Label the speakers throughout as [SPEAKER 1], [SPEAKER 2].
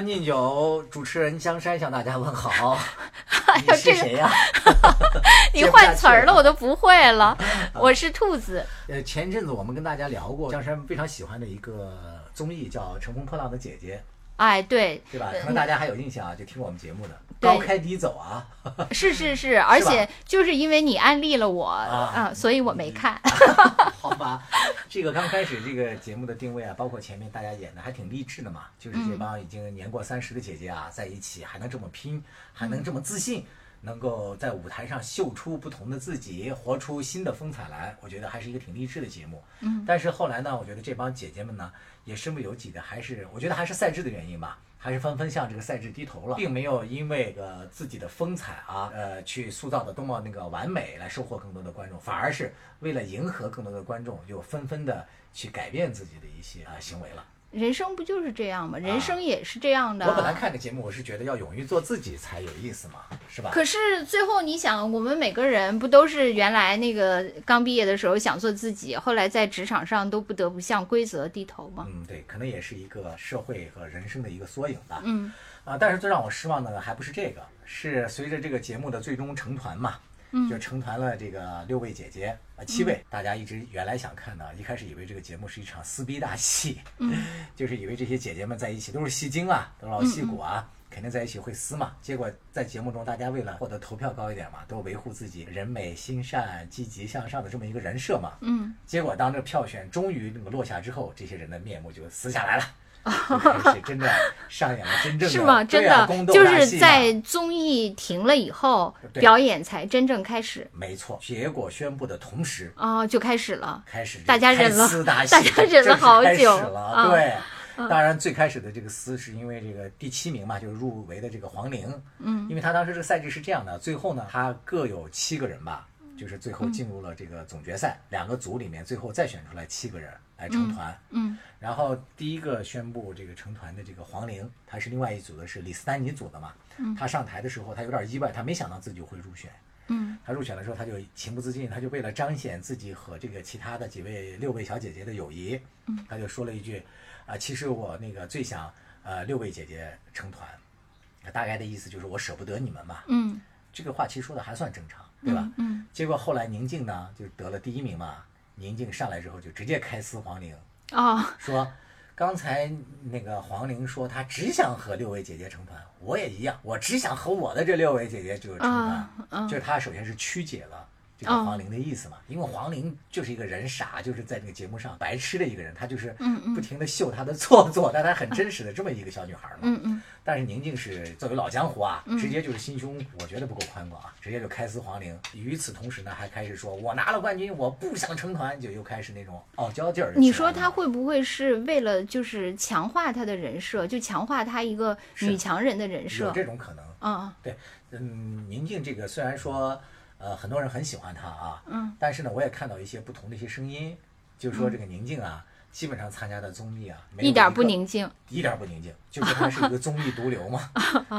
[SPEAKER 1] 将进酒，主持人江山向大家问好。
[SPEAKER 2] 哎
[SPEAKER 1] 你
[SPEAKER 2] 呀，
[SPEAKER 1] 是
[SPEAKER 2] 这个
[SPEAKER 1] 谁呀、
[SPEAKER 2] 你
[SPEAKER 1] 接不下
[SPEAKER 2] 换
[SPEAKER 1] 去
[SPEAKER 2] 词儿
[SPEAKER 1] 了啊
[SPEAKER 2] 了，我都不 会了。我是兔子，
[SPEAKER 1] 呃，前阵子我们跟大家聊过江山非常喜欢的一个综艺叫《乘风破浪的姐姐
[SPEAKER 2] 哎，对，》，
[SPEAKER 1] 对吧？可能大家还有印象啊，就听我们节目的
[SPEAKER 2] 对
[SPEAKER 1] 高开低走啊。
[SPEAKER 2] 是是是，而且就是因为你安利了我，
[SPEAKER 1] 啊嗯
[SPEAKER 2] 啊，所以我没看。
[SPEAKER 1] 好吧，这个刚开始这个节目的定位啊，包括前面大家演的还挺励志的嘛，就是这帮已经年过三十的姐姐啊，在一起还能这么拼，还能这么自信，能够在舞台上秀出不同的自己，活出新的风采来，我觉得还是一个挺励志的节目。嗯，但是后来呢，我觉得这帮姐姐们呢，也身不由己的，还是我觉得还是赛制的原因吧。还是纷纷向这个赛制低头了，并没有因为呃自己的风采啊，呃去塑造的多么那个完美来收获更多的观众，反而是为了迎合更多的观众，又纷纷的去改变自己的一些啊、呃行为了。
[SPEAKER 2] 人生不就是这样吗？人生也是这样的。
[SPEAKER 1] 啊我本来看这节目，我是觉得要勇于做自己才有意思嘛，是吧？
[SPEAKER 2] 可是最后，你想，我们每个人不都是原来那个刚毕业的时候想做自己，后来在职场上都不得不向规则低头吗？
[SPEAKER 1] 嗯，对，可能也是一个社会和人生的一个缩影吧。
[SPEAKER 2] 嗯，
[SPEAKER 1] 啊，但是最让我失望的还不是这个，是随着这个节目的最终成团嘛，
[SPEAKER 2] 嗯
[SPEAKER 1] 就成团了这个六位姐姐啊七位，大家一直原来想看的，一开始以为这个节目是一场撕逼大戏，
[SPEAKER 2] 嗯
[SPEAKER 1] 就是以为这些姐姐们在一起都是戏精啊，都是老戏骨
[SPEAKER 2] 嗯
[SPEAKER 1] 啊。肯定在一起会撕嘛，结果在节目中，大家为了获得投票高一点嘛，都维护自己人美心善、积极向上的这么一个人设嘛。
[SPEAKER 2] 嗯，
[SPEAKER 1] 结果当这个票选终于那个落下之后，这些人的面目就撕下来 了，就开始真的上演了真正的
[SPEAKER 2] 是吗？真
[SPEAKER 1] 对啊
[SPEAKER 2] 的
[SPEAKER 1] 宫斗
[SPEAKER 2] 就
[SPEAKER 1] 大戏
[SPEAKER 2] 是
[SPEAKER 1] 嘛
[SPEAKER 2] 在综艺停了以后，
[SPEAKER 1] 对
[SPEAKER 2] 表演才真正开始
[SPEAKER 1] 没错，结果宣布的同时
[SPEAKER 2] 啊、就开始了。
[SPEAKER 1] 开始这个
[SPEAKER 2] 大家忍了
[SPEAKER 1] 开撕大戏
[SPEAKER 2] 大家忍了好久
[SPEAKER 1] 正式开始了，
[SPEAKER 2] 啊
[SPEAKER 1] 对。当然，最开始的这个撕是因为这个第七名嘛，就是入围的这个黄龄，嗯，因为他当时这个赛制是这样的，最后呢，他各有七个人吧，就是最
[SPEAKER 2] 嗯
[SPEAKER 1] 后进入了这个总决赛，两个组里面最后再选出来七个人来成团，
[SPEAKER 2] 嗯，
[SPEAKER 1] 然后第一个宣布这个成团的这个黄龄，她是另外一组的是李斯丹妮组的嘛，她上台的时候她有点意外，她没想到自己会入选，
[SPEAKER 2] 嗯，
[SPEAKER 1] 她入选的时候她就情不自禁，她就为了彰显自己和这个其他的几位六位小姐姐的友谊，嗯，她就说了一句，啊、其实我那个最想呃六位姐姐成团，大概的意思就是我舍不得你们嘛，
[SPEAKER 2] 嗯
[SPEAKER 1] 这个话其实说的还算正常，对吧？
[SPEAKER 2] 嗯，
[SPEAKER 1] 结果后来宁静呢就得了第一名嘛，宁静上来之后就直接开撕黄龄。
[SPEAKER 2] 哦，
[SPEAKER 1] 说，刚才那个黄龄说她只想和六位姐姐成团，我也一样，我只想和我的这六位姐姐就是成团
[SPEAKER 2] 啊，啊
[SPEAKER 1] 就是她首先是曲解了。这个
[SPEAKER 2] 哦
[SPEAKER 1] 黄龄的意思嘛，因为黄龄就是一个人傻，就是在这个节目上白痴的一个人，她就是
[SPEAKER 2] 嗯嗯
[SPEAKER 1] 不停的秀她的做作，但她很真实的这么一个小女孩嘛。
[SPEAKER 2] 嗯嗯，
[SPEAKER 1] 但是宁静是作为老江湖啊，直接就是心胸，我觉得不够宽广啊，直接就开撕黄龄。与此同时呢，还开始说我拿了冠军，我不想成团，就又开始那种傲娇劲儿就起来了嘛。
[SPEAKER 2] 你说她会不会是为了就是强化她的人设，就强化她一个
[SPEAKER 1] 是
[SPEAKER 2] 女强人的人设
[SPEAKER 1] 有？这种可能。
[SPEAKER 2] 啊、
[SPEAKER 1] 对，嗯，宁静这个虽然说，呃，很多人很喜欢她啊，
[SPEAKER 2] 嗯，
[SPEAKER 1] 但是呢，我也看到一些不同的一些声音，就说这个宁静啊，基本上参加的综艺啊，没有
[SPEAKER 2] 嗯一点儿
[SPEAKER 1] 个
[SPEAKER 2] 不，宁静。
[SPEAKER 1] 一点儿不宁静，就说她是一个综艺毒瘤 嘛，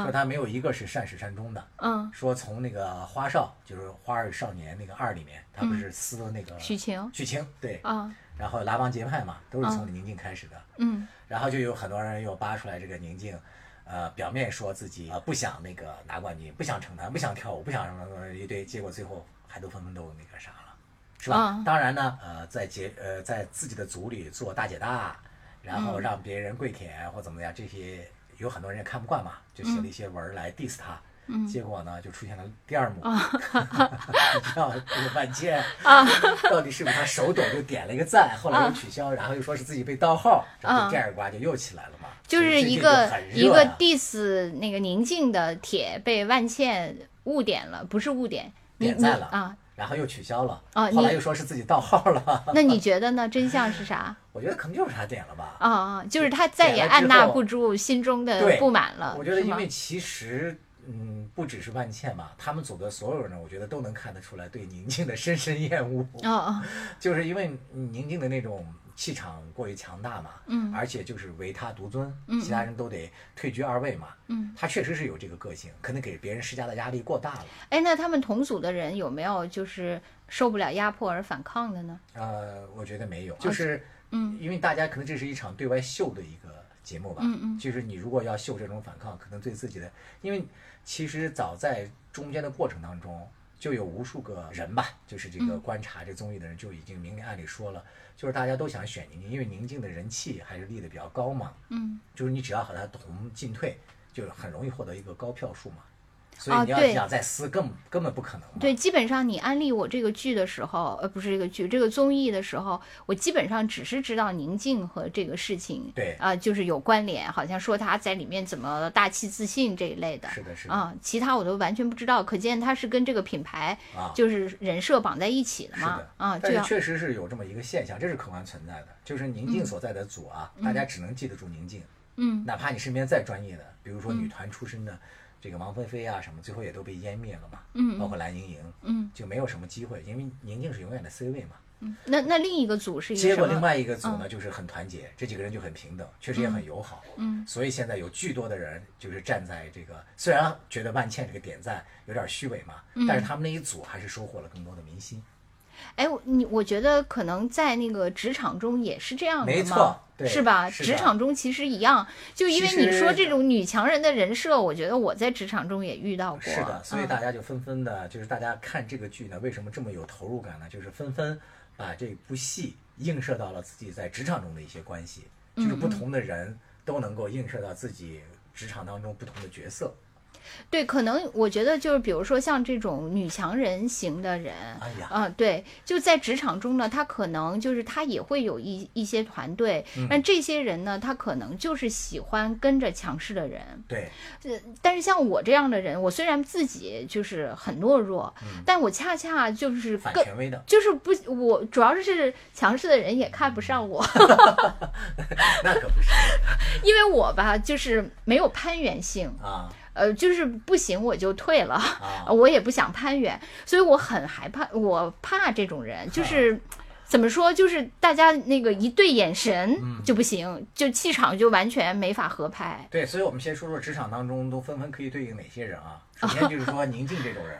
[SPEAKER 1] 说她没有一个是善始善终的。
[SPEAKER 2] 嗯，
[SPEAKER 1] 说从那个花少，就是《花儿与少年》那个二里面，她不是撕那个
[SPEAKER 2] 嗯许晴
[SPEAKER 1] 许晴对，
[SPEAKER 2] 啊，
[SPEAKER 1] 然后拉帮结派嘛，都是从宁静开始的。
[SPEAKER 2] 嗯
[SPEAKER 1] 然后就有很多人又扒出来这个宁静，呃，表面说自己呃不想那个拿冠军，不想成团，不想跳舞，不想什么什么一堆，结果最后还都纷纷都那个啥了，是吧？
[SPEAKER 2] 嗯
[SPEAKER 1] 当然呢，呃，在节呃在自己的组里做大姐大，然后让别人跪舔或怎么样，这些有很多人也看不惯嘛，就写了一些文儿来 diss 他。
[SPEAKER 2] 嗯
[SPEAKER 1] 结果呢，就出现了第二幕，
[SPEAKER 2] 啊
[SPEAKER 1] 你知道这个万茜到底是不是他手抖就点了一个
[SPEAKER 2] 啊
[SPEAKER 1] 赞，后来又取消，然后又说是自己被盗号，然后
[SPEAKER 2] 嗯
[SPEAKER 1] 这二瓜就又起来了嘛，
[SPEAKER 2] 就
[SPEAKER 1] 所以
[SPEAKER 2] 是
[SPEAKER 1] 最
[SPEAKER 2] 一
[SPEAKER 1] 近
[SPEAKER 2] 个
[SPEAKER 1] 很
[SPEAKER 2] 一
[SPEAKER 1] 热
[SPEAKER 2] 个
[SPEAKER 1] 呀
[SPEAKER 2] diss 那个宁静的帖被万茜误点了，不是误点，你
[SPEAKER 1] 点
[SPEAKER 2] 你
[SPEAKER 1] 赞了
[SPEAKER 2] 啊？
[SPEAKER 1] 然后又取消了，
[SPEAKER 2] 哦
[SPEAKER 1] 后来
[SPEAKER 2] 你
[SPEAKER 1] 又说是自己盗号了，
[SPEAKER 2] 那你觉得呢？真相是啥？
[SPEAKER 1] 我觉得可能就是他点了吧，
[SPEAKER 2] 啊啊，就是她再也
[SPEAKER 1] 点了之
[SPEAKER 2] 按捺
[SPEAKER 1] 后
[SPEAKER 2] 不住心中的
[SPEAKER 1] 对
[SPEAKER 2] 不满了，
[SPEAKER 1] 我觉得
[SPEAKER 2] 啊是
[SPEAKER 1] 因
[SPEAKER 2] 吗
[SPEAKER 1] 为其实。嗯，不只是万茜嘛，他们组的所有人，我觉得都能看得出来对宁静的深深厌恶。
[SPEAKER 2] 哦哦，
[SPEAKER 1] 就是因为宁静的那种气场过于强大嘛，
[SPEAKER 2] 嗯
[SPEAKER 1] 而且就是唯他独尊，其他人都得退居二位嘛，
[SPEAKER 2] 嗯，
[SPEAKER 1] 他确实是有这个个性，可能给别人施加的压力过大了，
[SPEAKER 2] 哎，那他们同组的人有没有就是受不了压迫而反抗的呢？
[SPEAKER 1] 呃，我觉得没有，就是，嗯，因为大家可能这是一场对外秀的一个节目吧。
[SPEAKER 2] 嗯嗯
[SPEAKER 1] 就是你如果要秀这种反抗，可能对自己的，因为其实早在中间的过程当中，就有无数个人吧，就是这
[SPEAKER 2] 嗯
[SPEAKER 1] 个观察这综艺的人就已经明里暗里说了，就是大家都想选宁静，因为宁静的人气还是立得比较高嘛，
[SPEAKER 2] 嗯，
[SPEAKER 1] 就是你只要和他同进退，就很容易获得一个高票数嘛。所
[SPEAKER 2] 哦
[SPEAKER 1] 以你要
[SPEAKER 2] 对
[SPEAKER 1] 想再撕，更根本不可能嘛。
[SPEAKER 2] 对，基本上你安利我这个剧的时候，呃，不是这个剧，这个综艺的时候，我基本上只是知道宁静和这个事情，
[SPEAKER 1] 对
[SPEAKER 2] 啊、就是有关联，好像说她在里面怎么大气自信这一类的，
[SPEAKER 1] 是的，是的，
[SPEAKER 2] 啊、其他我都完全不知道，可见它是跟这个品牌
[SPEAKER 1] 啊
[SPEAKER 2] 就是人设绑在一起的
[SPEAKER 1] 是
[SPEAKER 2] 嘛
[SPEAKER 1] 的，
[SPEAKER 2] 啊，就
[SPEAKER 1] 但是
[SPEAKER 2] 要
[SPEAKER 1] 确实是有这么一个现象，这是客观存在的，就是宁静所在的组啊，大家只能记得住宁静，
[SPEAKER 2] 嗯，
[SPEAKER 1] 哪怕你身边再专业的，比如说女团出身的。这个王菲菲啊，什么最后也都被湮灭了嘛，嗯，包括蓝盈莹，
[SPEAKER 2] 嗯，
[SPEAKER 1] 就没有什么机会，因为宁静是永远的 C 位嘛。
[SPEAKER 2] 那那另一个组是一
[SPEAKER 1] 结
[SPEAKER 2] 个
[SPEAKER 1] 果
[SPEAKER 2] 什
[SPEAKER 1] 另
[SPEAKER 2] 么？
[SPEAKER 1] 外一个组呢，就是很团结，这几个人就很平等，确实也很友好。嗯，所以现在有巨多的人就是站在这个，虽然觉得万茜这个点赞有点虚伪嘛，但是他们那一组还是收获了更多的民心。
[SPEAKER 2] 哎，我你我觉得可能在那个职场中也是这样的嘛，
[SPEAKER 1] 没错对
[SPEAKER 2] 是吧？
[SPEAKER 1] 是
[SPEAKER 2] 职
[SPEAKER 1] 的
[SPEAKER 2] 场中其实一样，就因为
[SPEAKER 1] 其
[SPEAKER 2] 你
[SPEAKER 1] 实
[SPEAKER 2] 说这种女强人的人设，我觉得我在职场中也遇到过。
[SPEAKER 1] 是的，所以
[SPEAKER 2] 嗯
[SPEAKER 1] 大家就纷纷的，就是大家看这个剧呢，为什么这么有投入感呢？就是纷纷把这部戏映射到了自己在职场中的一些关系，就是不同的人都能够映射到自己职场当中不同的角色
[SPEAKER 2] 对，可能我觉得就是，比如说像这种女强人型的人，
[SPEAKER 1] 哎呀
[SPEAKER 2] 嗯、对，就在职场中呢，她可能就是她也会有一一些团队，
[SPEAKER 1] 嗯
[SPEAKER 2] 那、这些人呢，他可能就是喜欢跟着强势的人，
[SPEAKER 1] 对，
[SPEAKER 2] 呃，但是像我这样的人，我虽然自己就是很懦弱，但我恰恰就是
[SPEAKER 1] 嗯反
[SPEAKER 2] 更。
[SPEAKER 1] 权威 的，
[SPEAKER 2] 就是不，我主要是强势的人也看不上我，
[SPEAKER 1] 那可不是
[SPEAKER 2] 因为我吧就是没有攀援性，
[SPEAKER 1] 啊
[SPEAKER 2] 呃，就是不行我就退了，
[SPEAKER 1] 啊！
[SPEAKER 2] 我也不想攀援，所以我很害怕，我怕这种人，
[SPEAKER 1] 哦
[SPEAKER 2] 就是怎么说，就是大家那个一对眼
[SPEAKER 1] 嗯
[SPEAKER 2] 神就不行，就气场就完全没法合拍
[SPEAKER 1] 对，所以我们先说说职场当中都纷纷可以对应哪些人啊？首先就是说宁静这种人，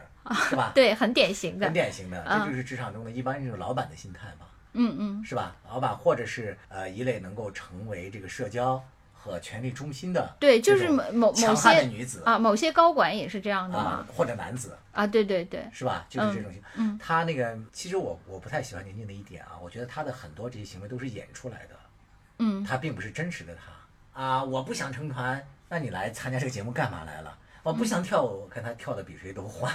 [SPEAKER 1] 是吧？
[SPEAKER 2] 对，很典型的
[SPEAKER 1] 很，典型的，这就是职场中的一般这种老板的心态嘛。
[SPEAKER 2] 嗯嗯。
[SPEAKER 1] 是吧？老板或者是呃一类能够成为这个社交和权力中心的
[SPEAKER 2] 对，就
[SPEAKER 1] 这
[SPEAKER 2] 是
[SPEAKER 1] 种
[SPEAKER 2] 某某某
[SPEAKER 1] 强悍的
[SPEAKER 2] 些
[SPEAKER 1] 女子
[SPEAKER 2] 啊，某些高管也是这样的嘛
[SPEAKER 1] 啊，或者男子
[SPEAKER 2] 啊，对对对，
[SPEAKER 1] 是吧？就是
[SPEAKER 2] 嗯
[SPEAKER 1] 这种型。他那个其实我我不太喜欢宁静的一点啊，我觉得他的很多这些行为都是演出来的，
[SPEAKER 2] 嗯，
[SPEAKER 1] 他并不是真实的他啊。我不想成团，那你来参加这个节目干嘛来了？我
[SPEAKER 2] 嗯
[SPEAKER 1] 不想跳舞，看他跳的比谁都欢。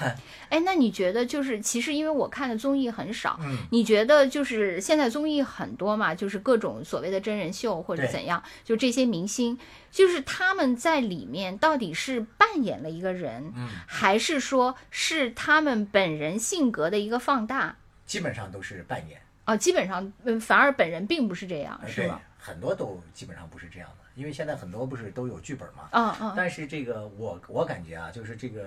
[SPEAKER 2] 哎，那你觉得就是其实因为我看的综艺很少，
[SPEAKER 1] 嗯
[SPEAKER 2] 你觉得就是现在综艺很多嘛，就是各种所谓的真人秀或者
[SPEAKER 1] 对
[SPEAKER 2] 怎样，就这些明星，就是他们在里面到底是扮演了一个人，
[SPEAKER 1] 嗯
[SPEAKER 2] 还是说是他们本人性格的一个放大？
[SPEAKER 1] 基本上都是扮演，
[SPEAKER 2] 哦，基本上，嗯，反而本人并不是这样，是
[SPEAKER 1] 呃对
[SPEAKER 2] 吗？，
[SPEAKER 1] 很多都基本上不是这样的，因为现在很多不是都有剧本嘛，
[SPEAKER 2] 嗯嗯
[SPEAKER 1] 但是这个我我感觉啊，就是这个《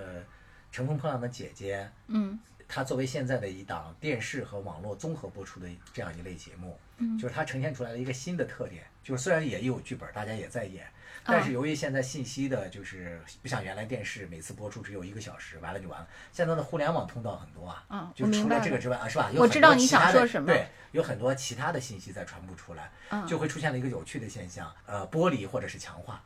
[SPEAKER 1] 乘风破浪的姐姐》，
[SPEAKER 2] 嗯，
[SPEAKER 1] 它作为现在的一档电视和网络综合播出的这样一类节目，嗯，就是它呈现出来的一个新的特点，就是虽然也有剧本，大家也在演，
[SPEAKER 2] 嗯
[SPEAKER 1] 但是由于现在信息的，就是不像原来电视每次播出只有一个小时，完了就完了，现在的互联网通道很多啊，
[SPEAKER 2] 嗯
[SPEAKER 1] 就
[SPEAKER 2] 我明
[SPEAKER 1] 除
[SPEAKER 2] 白
[SPEAKER 1] 了这个之外啊，是吧？有
[SPEAKER 2] 我
[SPEAKER 1] 很
[SPEAKER 2] 知
[SPEAKER 1] 多
[SPEAKER 2] 道你
[SPEAKER 1] 其
[SPEAKER 2] 想
[SPEAKER 1] 他的
[SPEAKER 2] 说什么嗯
[SPEAKER 1] 对，有很多其他的信息在传播出来，就会出现了一个有趣的现象，呃，剥离或者是强化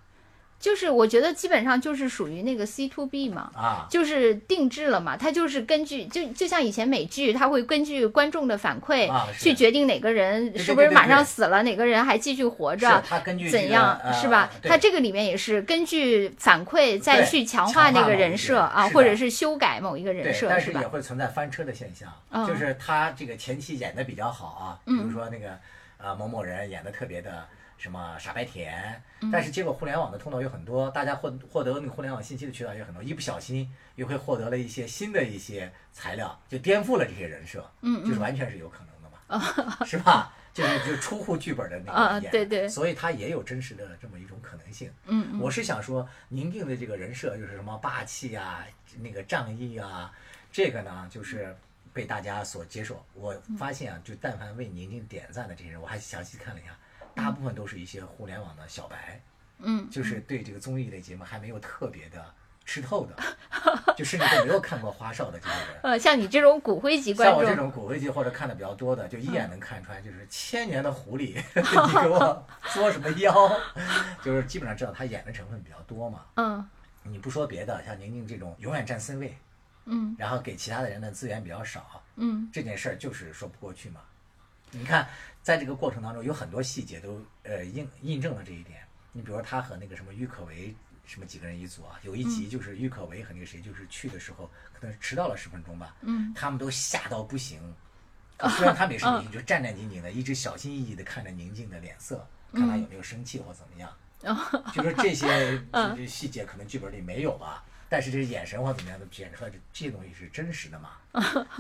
[SPEAKER 2] 就是我觉得基本上就是属于那个 C to B 嘛，
[SPEAKER 1] 啊，
[SPEAKER 2] 就是定制了嘛，它就是根据就就像以前美剧，它会根据观众的反馈
[SPEAKER 1] 啊是
[SPEAKER 2] 去决定哪个人
[SPEAKER 1] 对
[SPEAKER 2] 是不是
[SPEAKER 1] 对对
[SPEAKER 2] 马上
[SPEAKER 1] 对
[SPEAKER 2] 死了，哪个人还继续活
[SPEAKER 1] 是
[SPEAKER 2] 着，
[SPEAKER 1] 它根据这
[SPEAKER 2] 怎
[SPEAKER 1] 个
[SPEAKER 2] 样
[SPEAKER 1] 呃
[SPEAKER 2] 是吧？
[SPEAKER 1] 对
[SPEAKER 2] 它这个里面也是根据反馈再
[SPEAKER 1] 对
[SPEAKER 2] 去强
[SPEAKER 1] 强
[SPEAKER 2] 化
[SPEAKER 1] 化
[SPEAKER 2] 那个
[SPEAKER 1] 某一
[SPEAKER 2] 人
[SPEAKER 1] 个
[SPEAKER 2] 设
[SPEAKER 1] 人
[SPEAKER 2] 啊，
[SPEAKER 1] 是
[SPEAKER 2] 或者
[SPEAKER 1] 的
[SPEAKER 2] 是修改某一个人
[SPEAKER 1] 对，
[SPEAKER 2] 设
[SPEAKER 1] 但
[SPEAKER 2] 是
[SPEAKER 1] 是
[SPEAKER 2] 吧
[SPEAKER 1] 也？会存在翻车的现象，
[SPEAKER 2] 嗯
[SPEAKER 1] 就是他这个前期演的比较好啊，比如说那个呃某某人演的特别的什么傻白甜，
[SPEAKER 2] 嗯
[SPEAKER 1] 但是结果互联网的通道有很多，大家获获得那个互联网信息的渠道有很多，一不小心又会获得了一些新的一些材料，就颠覆了这些人设，嗯，就是完全是有可能的嘛， 是吧？就是就出乎剧本的那
[SPEAKER 2] 哦啊
[SPEAKER 1] 个演，
[SPEAKER 2] 对对
[SPEAKER 1] 所以它也有真实的这么一种可能性。
[SPEAKER 2] 嗯，
[SPEAKER 1] 我是想说，宁静的这个人设就是什么霸气啊，那个仗义啊，这个呢就是被大家所接受。我
[SPEAKER 2] 嗯
[SPEAKER 1] 发现啊，就但凡为宁静点赞的这些人，我还详细看了一下，大部分都是一些互联网的小白，
[SPEAKER 2] 嗯，
[SPEAKER 1] 就是对这个综艺类节目还没有特别的吃透的， 就甚至都没有看过花少的这些人。
[SPEAKER 2] 呃，像你这种骨灰级观
[SPEAKER 1] 像
[SPEAKER 2] 众，嗯
[SPEAKER 1] 我这种骨灰级或者看的比较多的，就一眼能看出来，就是千年的狐狸， 你给 我作什么妖， 就是基本上知道他演的成分比较多嘛。
[SPEAKER 2] 嗯
[SPEAKER 1] 你不说别的，像宁宁这种永远占 C 位，
[SPEAKER 2] 嗯
[SPEAKER 1] 然后给其他的人的资源比较少，
[SPEAKER 2] 嗯
[SPEAKER 1] 这件事儿就是说不过去嘛。你看，在这个过程当中，有很多细节都呃印印证了这一点。你比如他和那个什么郁可唯什么几个人一组啊，有一
[SPEAKER 2] 嗯
[SPEAKER 1] 集就是郁可唯和那个谁，就是去的时候可能迟到了十分钟吧，
[SPEAKER 2] 嗯，
[SPEAKER 1] 他们都吓到不行。就虽然他们也是女性，就战战兢兢的，一直小心翼翼的看着宁静的脸色，看她有没有生气或怎么样。就说这些这这细节可能剧本里没有吧，但是这眼神或怎么样的显出来，这这些东西是真实的嘛？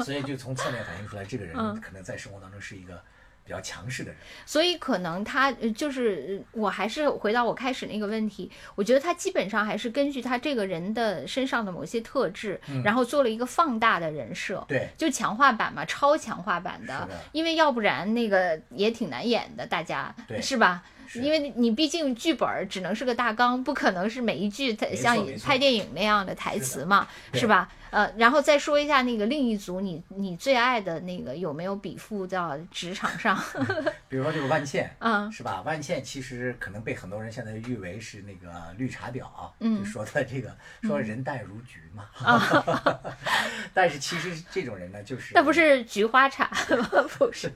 [SPEAKER 1] 所以就从侧面反映出来，这个人可能在生活当中是一个比较强势的人。
[SPEAKER 2] 所以可能他呃就是，呃我还是回到我开始那个问题，我觉得他基本上还是根据他这个人的身上的某些特质，
[SPEAKER 1] 嗯
[SPEAKER 2] 然后做了一个放大的人设，
[SPEAKER 1] 对，
[SPEAKER 2] 就强化版嘛，超强化版的
[SPEAKER 1] 是的，
[SPEAKER 2] 因为要不然那个也挺难演的，大家
[SPEAKER 1] 对
[SPEAKER 2] 是吧？
[SPEAKER 1] 是
[SPEAKER 2] 因为你毕竟剧本儿只能是个大纲，不可能是每一句它
[SPEAKER 1] 没错
[SPEAKER 2] 像
[SPEAKER 1] 没错
[SPEAKER 2] 拍电影那样的台词嘛，
[SPEAKER 1] 对
[SPEAKER 2] 是吧？呃，然后再说一下那个另一组，你你最爱的那个有没有比附到职场上？
[SPEAKER 1] 比如说这个万茜，
[SPEAKER 2] 嗯
[SPEAKER 1] 是吧？万茜其实可能被很多人现在誉为是那个绿茶婊，
[SPEAKER 2] 嗯
[SPEAKER 1] 就说的这个说人淡如菊嘛。 但是其实这种人呢，就是
[SPEAKER 2] 那啊不是菊花茶吗？ 不是，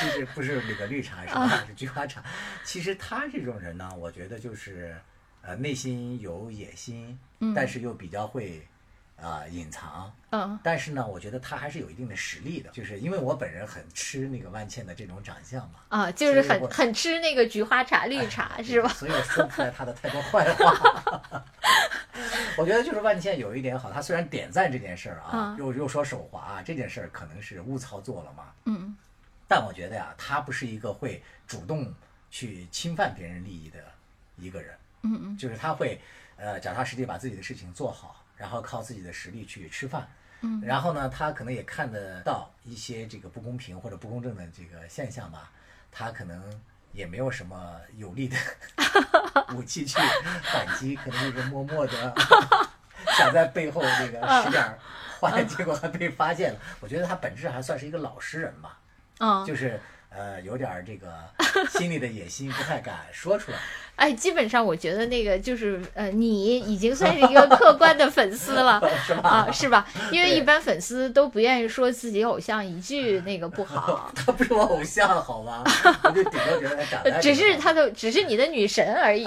[SPEAKER 1] 其实不是那个绿茶，是
[SPEAKER 2] 啊
[SPEAKER 1] 吧？是菊花茶。其实他这种人呢，我觉得就是，呃，内心有野心，但是又比较会，啊、隐藏。
[SPEAKER 2] 嗯
[SPEAKER 1] 但是呢，我觉得他还是有一定的实力的，就是因为我本人很吃那个万茜的这种长相嘛，
[SPEAKER 2] 啊，就是
[SPEAKER 1] 所以
[SPEAKER 2] 很
[SPEAKER 1] 我
[SPEAKER 2] 很吃那个菊花茶、绿茶是吧？
[SPEAKER 1] 所以我说不出来他的太多坏话。 我觉得就是万茜有一点好，他虽然点赞这件事儿啊，
[SPEAKER 2] 嗯
[SPEAKER 1] 又又说手滑、啊、这件事儿可能是误操作了嘛，
[SPEAKER 2] 嗯
[SPEAKER 1] 但我觉得呀、他不是一个会主动去侵犯别人利益的一个人，
[SPEAKER 2] 嗯嗯
[SPEAKER 1] 就是他会呃脚踏实地把自己的事情做好，然后靠自己的实力去吃饭。
[SPEAKER 2] 嗯，
[SPEAKER 1] 然后呢，他可能也看得到一些这个不公平或者不公正的这个现象吧，他可能也没有什么有力 的武器去反击，可能就是默默 的想在背后这个使点
[SPEAKER 2] 嗯
[SPEAKER 1] 儿坏，结果还被发现了。我觉得他本质还算是一个老实人吧，
[SPEAKER 2] 嗯，
[SPEAKER 1] 就是呃有点儿这个心里的野心不太敢说出来。
[SPEAKER 2] 哎，基本上我觉得那个就是呃，你已经算是一个客观的粉丝了， 啊，是吧？因为
[SPEAKER 1] 对，
[SPEAKER 2] 一般粉丝都不愿意说自己偶像一句那个不好
[SPEAKER 1] 他不是我偶像，好吗？我就顶多觉得他哎长得还
[SPEAKER 2] 只
[SPEAKER 1] 挺
[SPEAKER 2] 是
[SPEAKER 1] 好
[SPEAKER 2] 他的只是你的女神而已。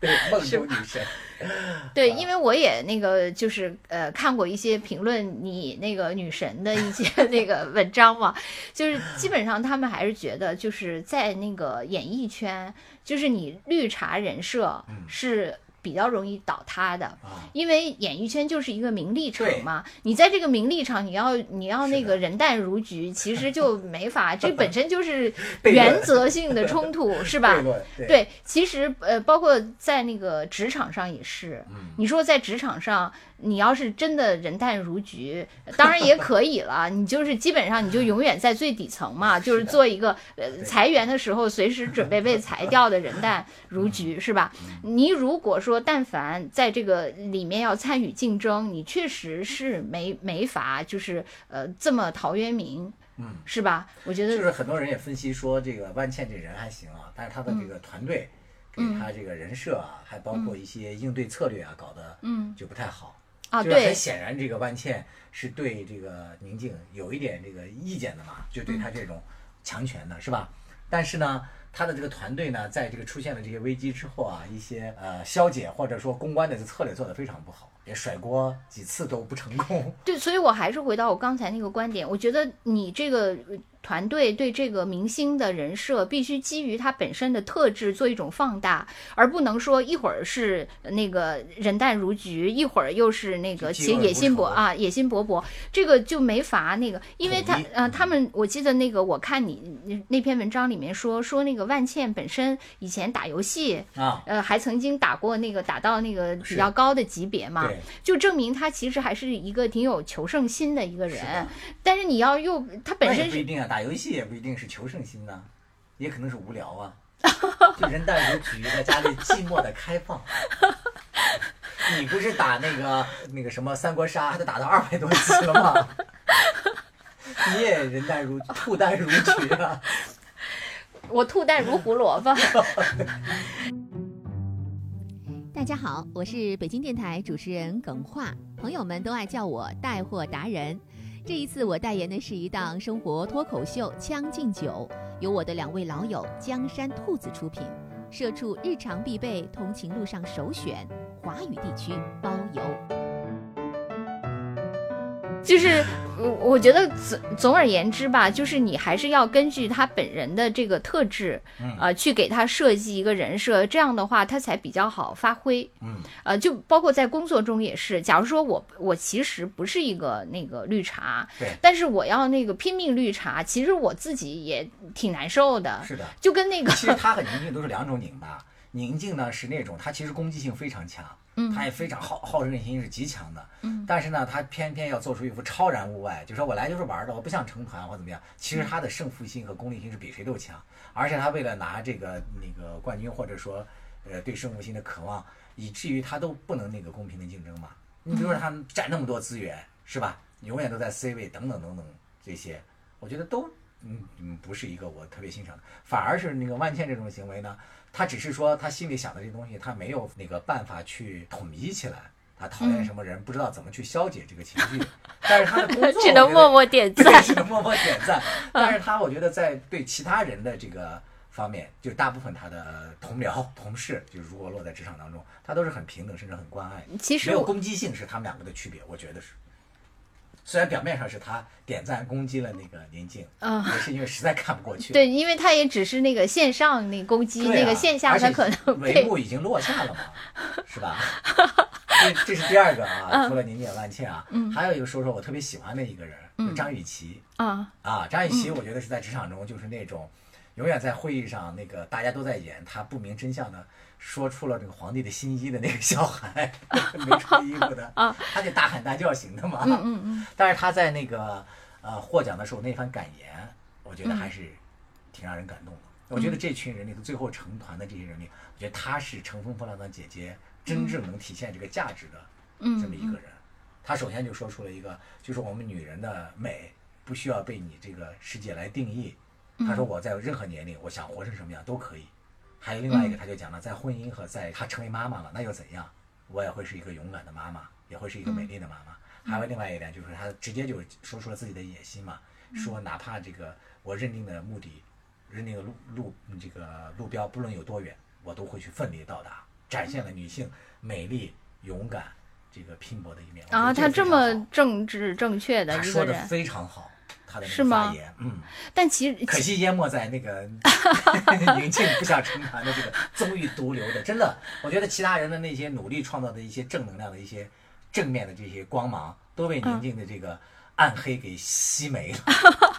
[SPEAKER 1] 对梦
[SPEAKER 2] 是
[SPEAKER 1] 中女神，啊
[SPEAKER 2] 对，因为我也那个就是呃看过一些评论你那个女神的 一些那个文章嘛，就是基本上他们还是觉得就是在那个演艺圈，就是你绿茶人设
[SPEAKER 1] 嗯
[SPEAKER 2] 是比较容易倒塌的。
[SPEAKER 1] 啊
[SPEAKER 2] 因为演艺圈就是一个名利场
[SPEAKER 1] 对
[SPEAKER 2] 嘛，你在这个名利场，你要你要
[SPEAKER 1] 是
[SPEAKER 2] 那
[SPEAKER 1] 的
[SPEAKER 2] 个人淡如菊，其实就 没法，这本身就是
[SPEAKER 1] 悖论
[SPEAKER 2] 原则性的冲突，是吧？
[SPEAKER 1] 悖论对
[SPEAKER 2] 对，其实呃，包括在那个职场上也是。
[SPEAKER 1] 嗯
[SPEAKER 2] 你说在职场上，你要是真的人淡如菊，当然也可以了。你就是基本上你就永远在最底层嘛，就是做一个呃裁员的时候随时准备被裁掉的人淡
[SPEAKER 1] 嗯
[SPEAKER 2] 如菊，是吧？你如果说但凡在这个里面要参与竞争，你确实是没没法就是呃这么陶渊明，
[SPEAKER 1] 嗯，
[SPEAKER 2] 是吧？我觉
[SPEAKER 1] 就
[SPEAKER 2] 得
[SPEAKER 1] 是很多人也分析说，这个万茜这人还行啊，但是他的这
[SPEAKER 2] 嗯
[SPEAKER 1] 个团队给他这个人设啊，还包括一些应对策略啊，搞得
[SPEAKER 2] 嗯
[SPEAKER 1] 就不太好。
[SPEAKER 2] 啊，
[SPEAKER 1] 就是
[SPEAKER 2] 对
[SPEAKER 1] 很，显然，这个万茜是对这个宁静有一点这个意见的嘛，就对她这种强权的是吧？但是呢，她的这个团队呢，在这个出现了这些危机之后啊，一些呃消解或者说公关的策略做得非常不好，也甩锅几次都不成功。
[SPEAKER 2] 对，所以我还是回到我刚才那个观点，我觉得你这个呃团队对这个明星的人设必须基于他本身的特质做一种放大，而不能说一会儿是那个人淡如菊，一会儿又是那个
[SPEAKER 1] 就
[SPEAKER 2] 且
[SPEAKER 1] 泾渭
[SPEAKER 2] 野心
[SPEAKER 1] 不
[SPEAKER 2] 勃
[SPEAKER 1] 愁
[SPEAKER 2] 啊野心勃勃，这个就没法那个，因为他
[SPEAKER 1] 统一
[SPEAKER 2] 呃
[SPEAKER 1] 嗯
[SPEAKER 2] 他们我记得那个我看你那篇文章里面说说那个万茜本身以前打游戏。
[SPEAKER 1] 啊，
[SPEAKER 2] 呃，还曾经打过那个打到那个比
[SPEAKER 1] 是
[SPEAKER 2] 较高的级别嘛，
[SPEAKER 1] 啊对，
[SPEAKER 2] 就证明他其实还是一个挺有求胜心的一个
[SPEAKER 1] 是
[SPEAKER 2] 人
[SPEAKER 1] 的。
[SPEAKER 2] 但是你要又他本
[SPEAKER 1] 那
[SPEAKER 2] 身
[SPEAKER 1] 也不
[SPEAKER 2] 是
[SPEAKER 1] 一定啊，打游戏也不一定是求胜心呐、也可能是无聊 啊，就人淡如菊，在家里寂寞的开放。你不是打那个那个什么三国杀，都打到二百多级了吗？ 你也人淡如兔淡如菊啊！
[SPEAKER 2] 我兔蛋如胡萝卜。
[SPEAKER 3] 大家好，我是北京电台主持人耿化，朋友们都爱叫我带货达人。这一次我代言的是一档生活脱口秀《将进酒》，由我的两位老友江山兔子出品，社畜日常必备，通勤路上首选，华语地区包邮。
[SPEAKER 2] 就是我我觉得总总而言之吧，就是你还是要根据他本人的这个特质，
[SPEAKER 1] 嗯
[SPEAKER 2] 呃，去给他设计一个人设，这样的话他才比较好发挥。
[SPEAKER 1] 嗯，
[SPEAKER 2] 呃，就包括在工作中也是，假如说我我其实不是一个那个绿茶
[SPEAKER 1] 对，
[SPEAKER 2] 但是我要那个拼命绿茶，其实我自己也挺难受的，
[SPEAKER 1] 是的，
[SPEAKER 2] 就跟那个
[SPEAKER 1] 其实他和宁静都是两种拧巴。宁静呢是那种他其实攻击性非常强，嗯，他也非常好好胜心是极强的，嗯，但是呢，他偏偏要做出一副超然物外，就说我来就是玩的，我不想成团或怎么样。其实他的胜负心和功利心是比谁都强，而且他为了拿这个那个冠军或者说呃对胜负心的渴望，以至于他都不能那个公平的竞争嘛。你比如说他们占那么多资源是吧？永远都在 C 位等等等等这些，我觉得都嗯嗯不是一个我特别欣赏的，反而是那个万茜这种行为呢，他只是说他心里想的这东西，他没有那个办法去统一起来。他讨
[SPEAKER 2] 嗯
[SPEAKER 1] 厌什么人，不知道怎么去消解这个情绪，但是他的工 作
[SPEAKER 2] 只能
[SPEAKER 1] 我觉得
[SPEAKER 2] 默默 点
[SPEAKER 1] 对，
[SPEAKER 2] 赞。嗯
[SPEAKER 1] 只能默默点赞。但是他我觉得在对其他人的这个方面，就大部分他的呃同僚、同事，就是如果落在职场当中，他都是很平等，甚至很关爱。
[SPEAKER 2] 其实
[SPEAKER 1] 没有
[SPEAKER 2] 我
[SPEAKER 1] 攻击性是他们两个的区别，我觉得是。虽然表面上是他点赞攻击了那个宁静，
[SPEAKER 2] 嗯
[SPEAKER 1] 也是因为实在看不过去。
[SPEAKER 2] 对，因为他也只是那个线上那攻击，
[SPEAKER 1] 对啊，
[SPEAKER 2] 那个线下
[SPEAKER 1] 而
[SPEAKER 2] 他
[SPEAKER 1] 且
[SPEAKER 2] 可能
[SPEAKER 1] 帷
[SPEAKER 2] 被
[SPEAKER 1] 幕已经落下 了嘛，是吧？这这是第二个啊，
[SPEAKER 2] 嗯
[SPEAKER 1] 除了宁静、万茜啊，还有一个说说我特别喜欢的一个人，
[SPEAKER 2] 嗯
[SPEAKER 1] 就张雨绮。
[SPEAKER 2] 啊，
[SPEAKER 1] 啊，张雨绮，我觉得是在职场中就是那种，永远在会议上那个大家都在演，她不明真相的说出了这个皇帝的新衣的那个小孩， 没穿衣服的，她得大喊大叫型的嘛。啊嗯嗯嗯。但是她在那个呃获奖的时候那番感言，我觉得还是挺让人感动的。我觉得这群人里头最后成团的这些人里，我觉得她是乘风破浪的姐姐，真正能体现这个价值的
[SPEAKER 2] 嗯
[SPEAKER 1] 这么一个人。她首先就说出了一个，就是我们女人的美不需要被你这个世界来定义。她说我在任何年龄，我想活成什么样都可以。还有另外一个，她就讲了，在婚姻和在她成为妈妈了，那又怎样？我也会是一个勇敢的妈妈，也会是一个美丽的妈妈。还有另外一点就是，她直接就说出了自己的野心嘛，说哪怕这个我认定的目的认定的路路嗯这个路标不论有多远，我都会去奋力到达，展现了女性美丽、勇敢、这个拼搏的一面。我觉得
[SPEAKER 2] 啊，
[SPEAKER 1] 这
[SPEAKER 2] 他
[SPEAKER 1] 个
[SPEAKER 2] 这
[SPEAKER 1] 非常
[SPEAKER 2] 么政治正确
[SPEAKER 1] 好
[SPEAKER 2] 的
[SPEAKER 1] 他
[SPEAKER 2] 一
[SPEAKER 1] 说
[SPEAKER 2] 个
[SPEAKER 1] 的
[SPEAKER 2] 人，
[SPEAKER 1] 非常好，他的那
[SPEAKER 2] 是
[SPEAKER 1] 个发
[SPEAKER 2] 吗
[SPEAKER 1] 言，嗯，
[SPEAKER 2] 但其实
[SPEAKER 1] 可惜淹没在那 个 宁静不想成团的这个邹玉毒瘤的，真的，我觉得其他人的那些努力创造的一些正能量的一些正面的这些光芒，都被
[SPEAKER 2] 嗯
[SPEAKER 1] 宁静的这个暗黑给吸没 了。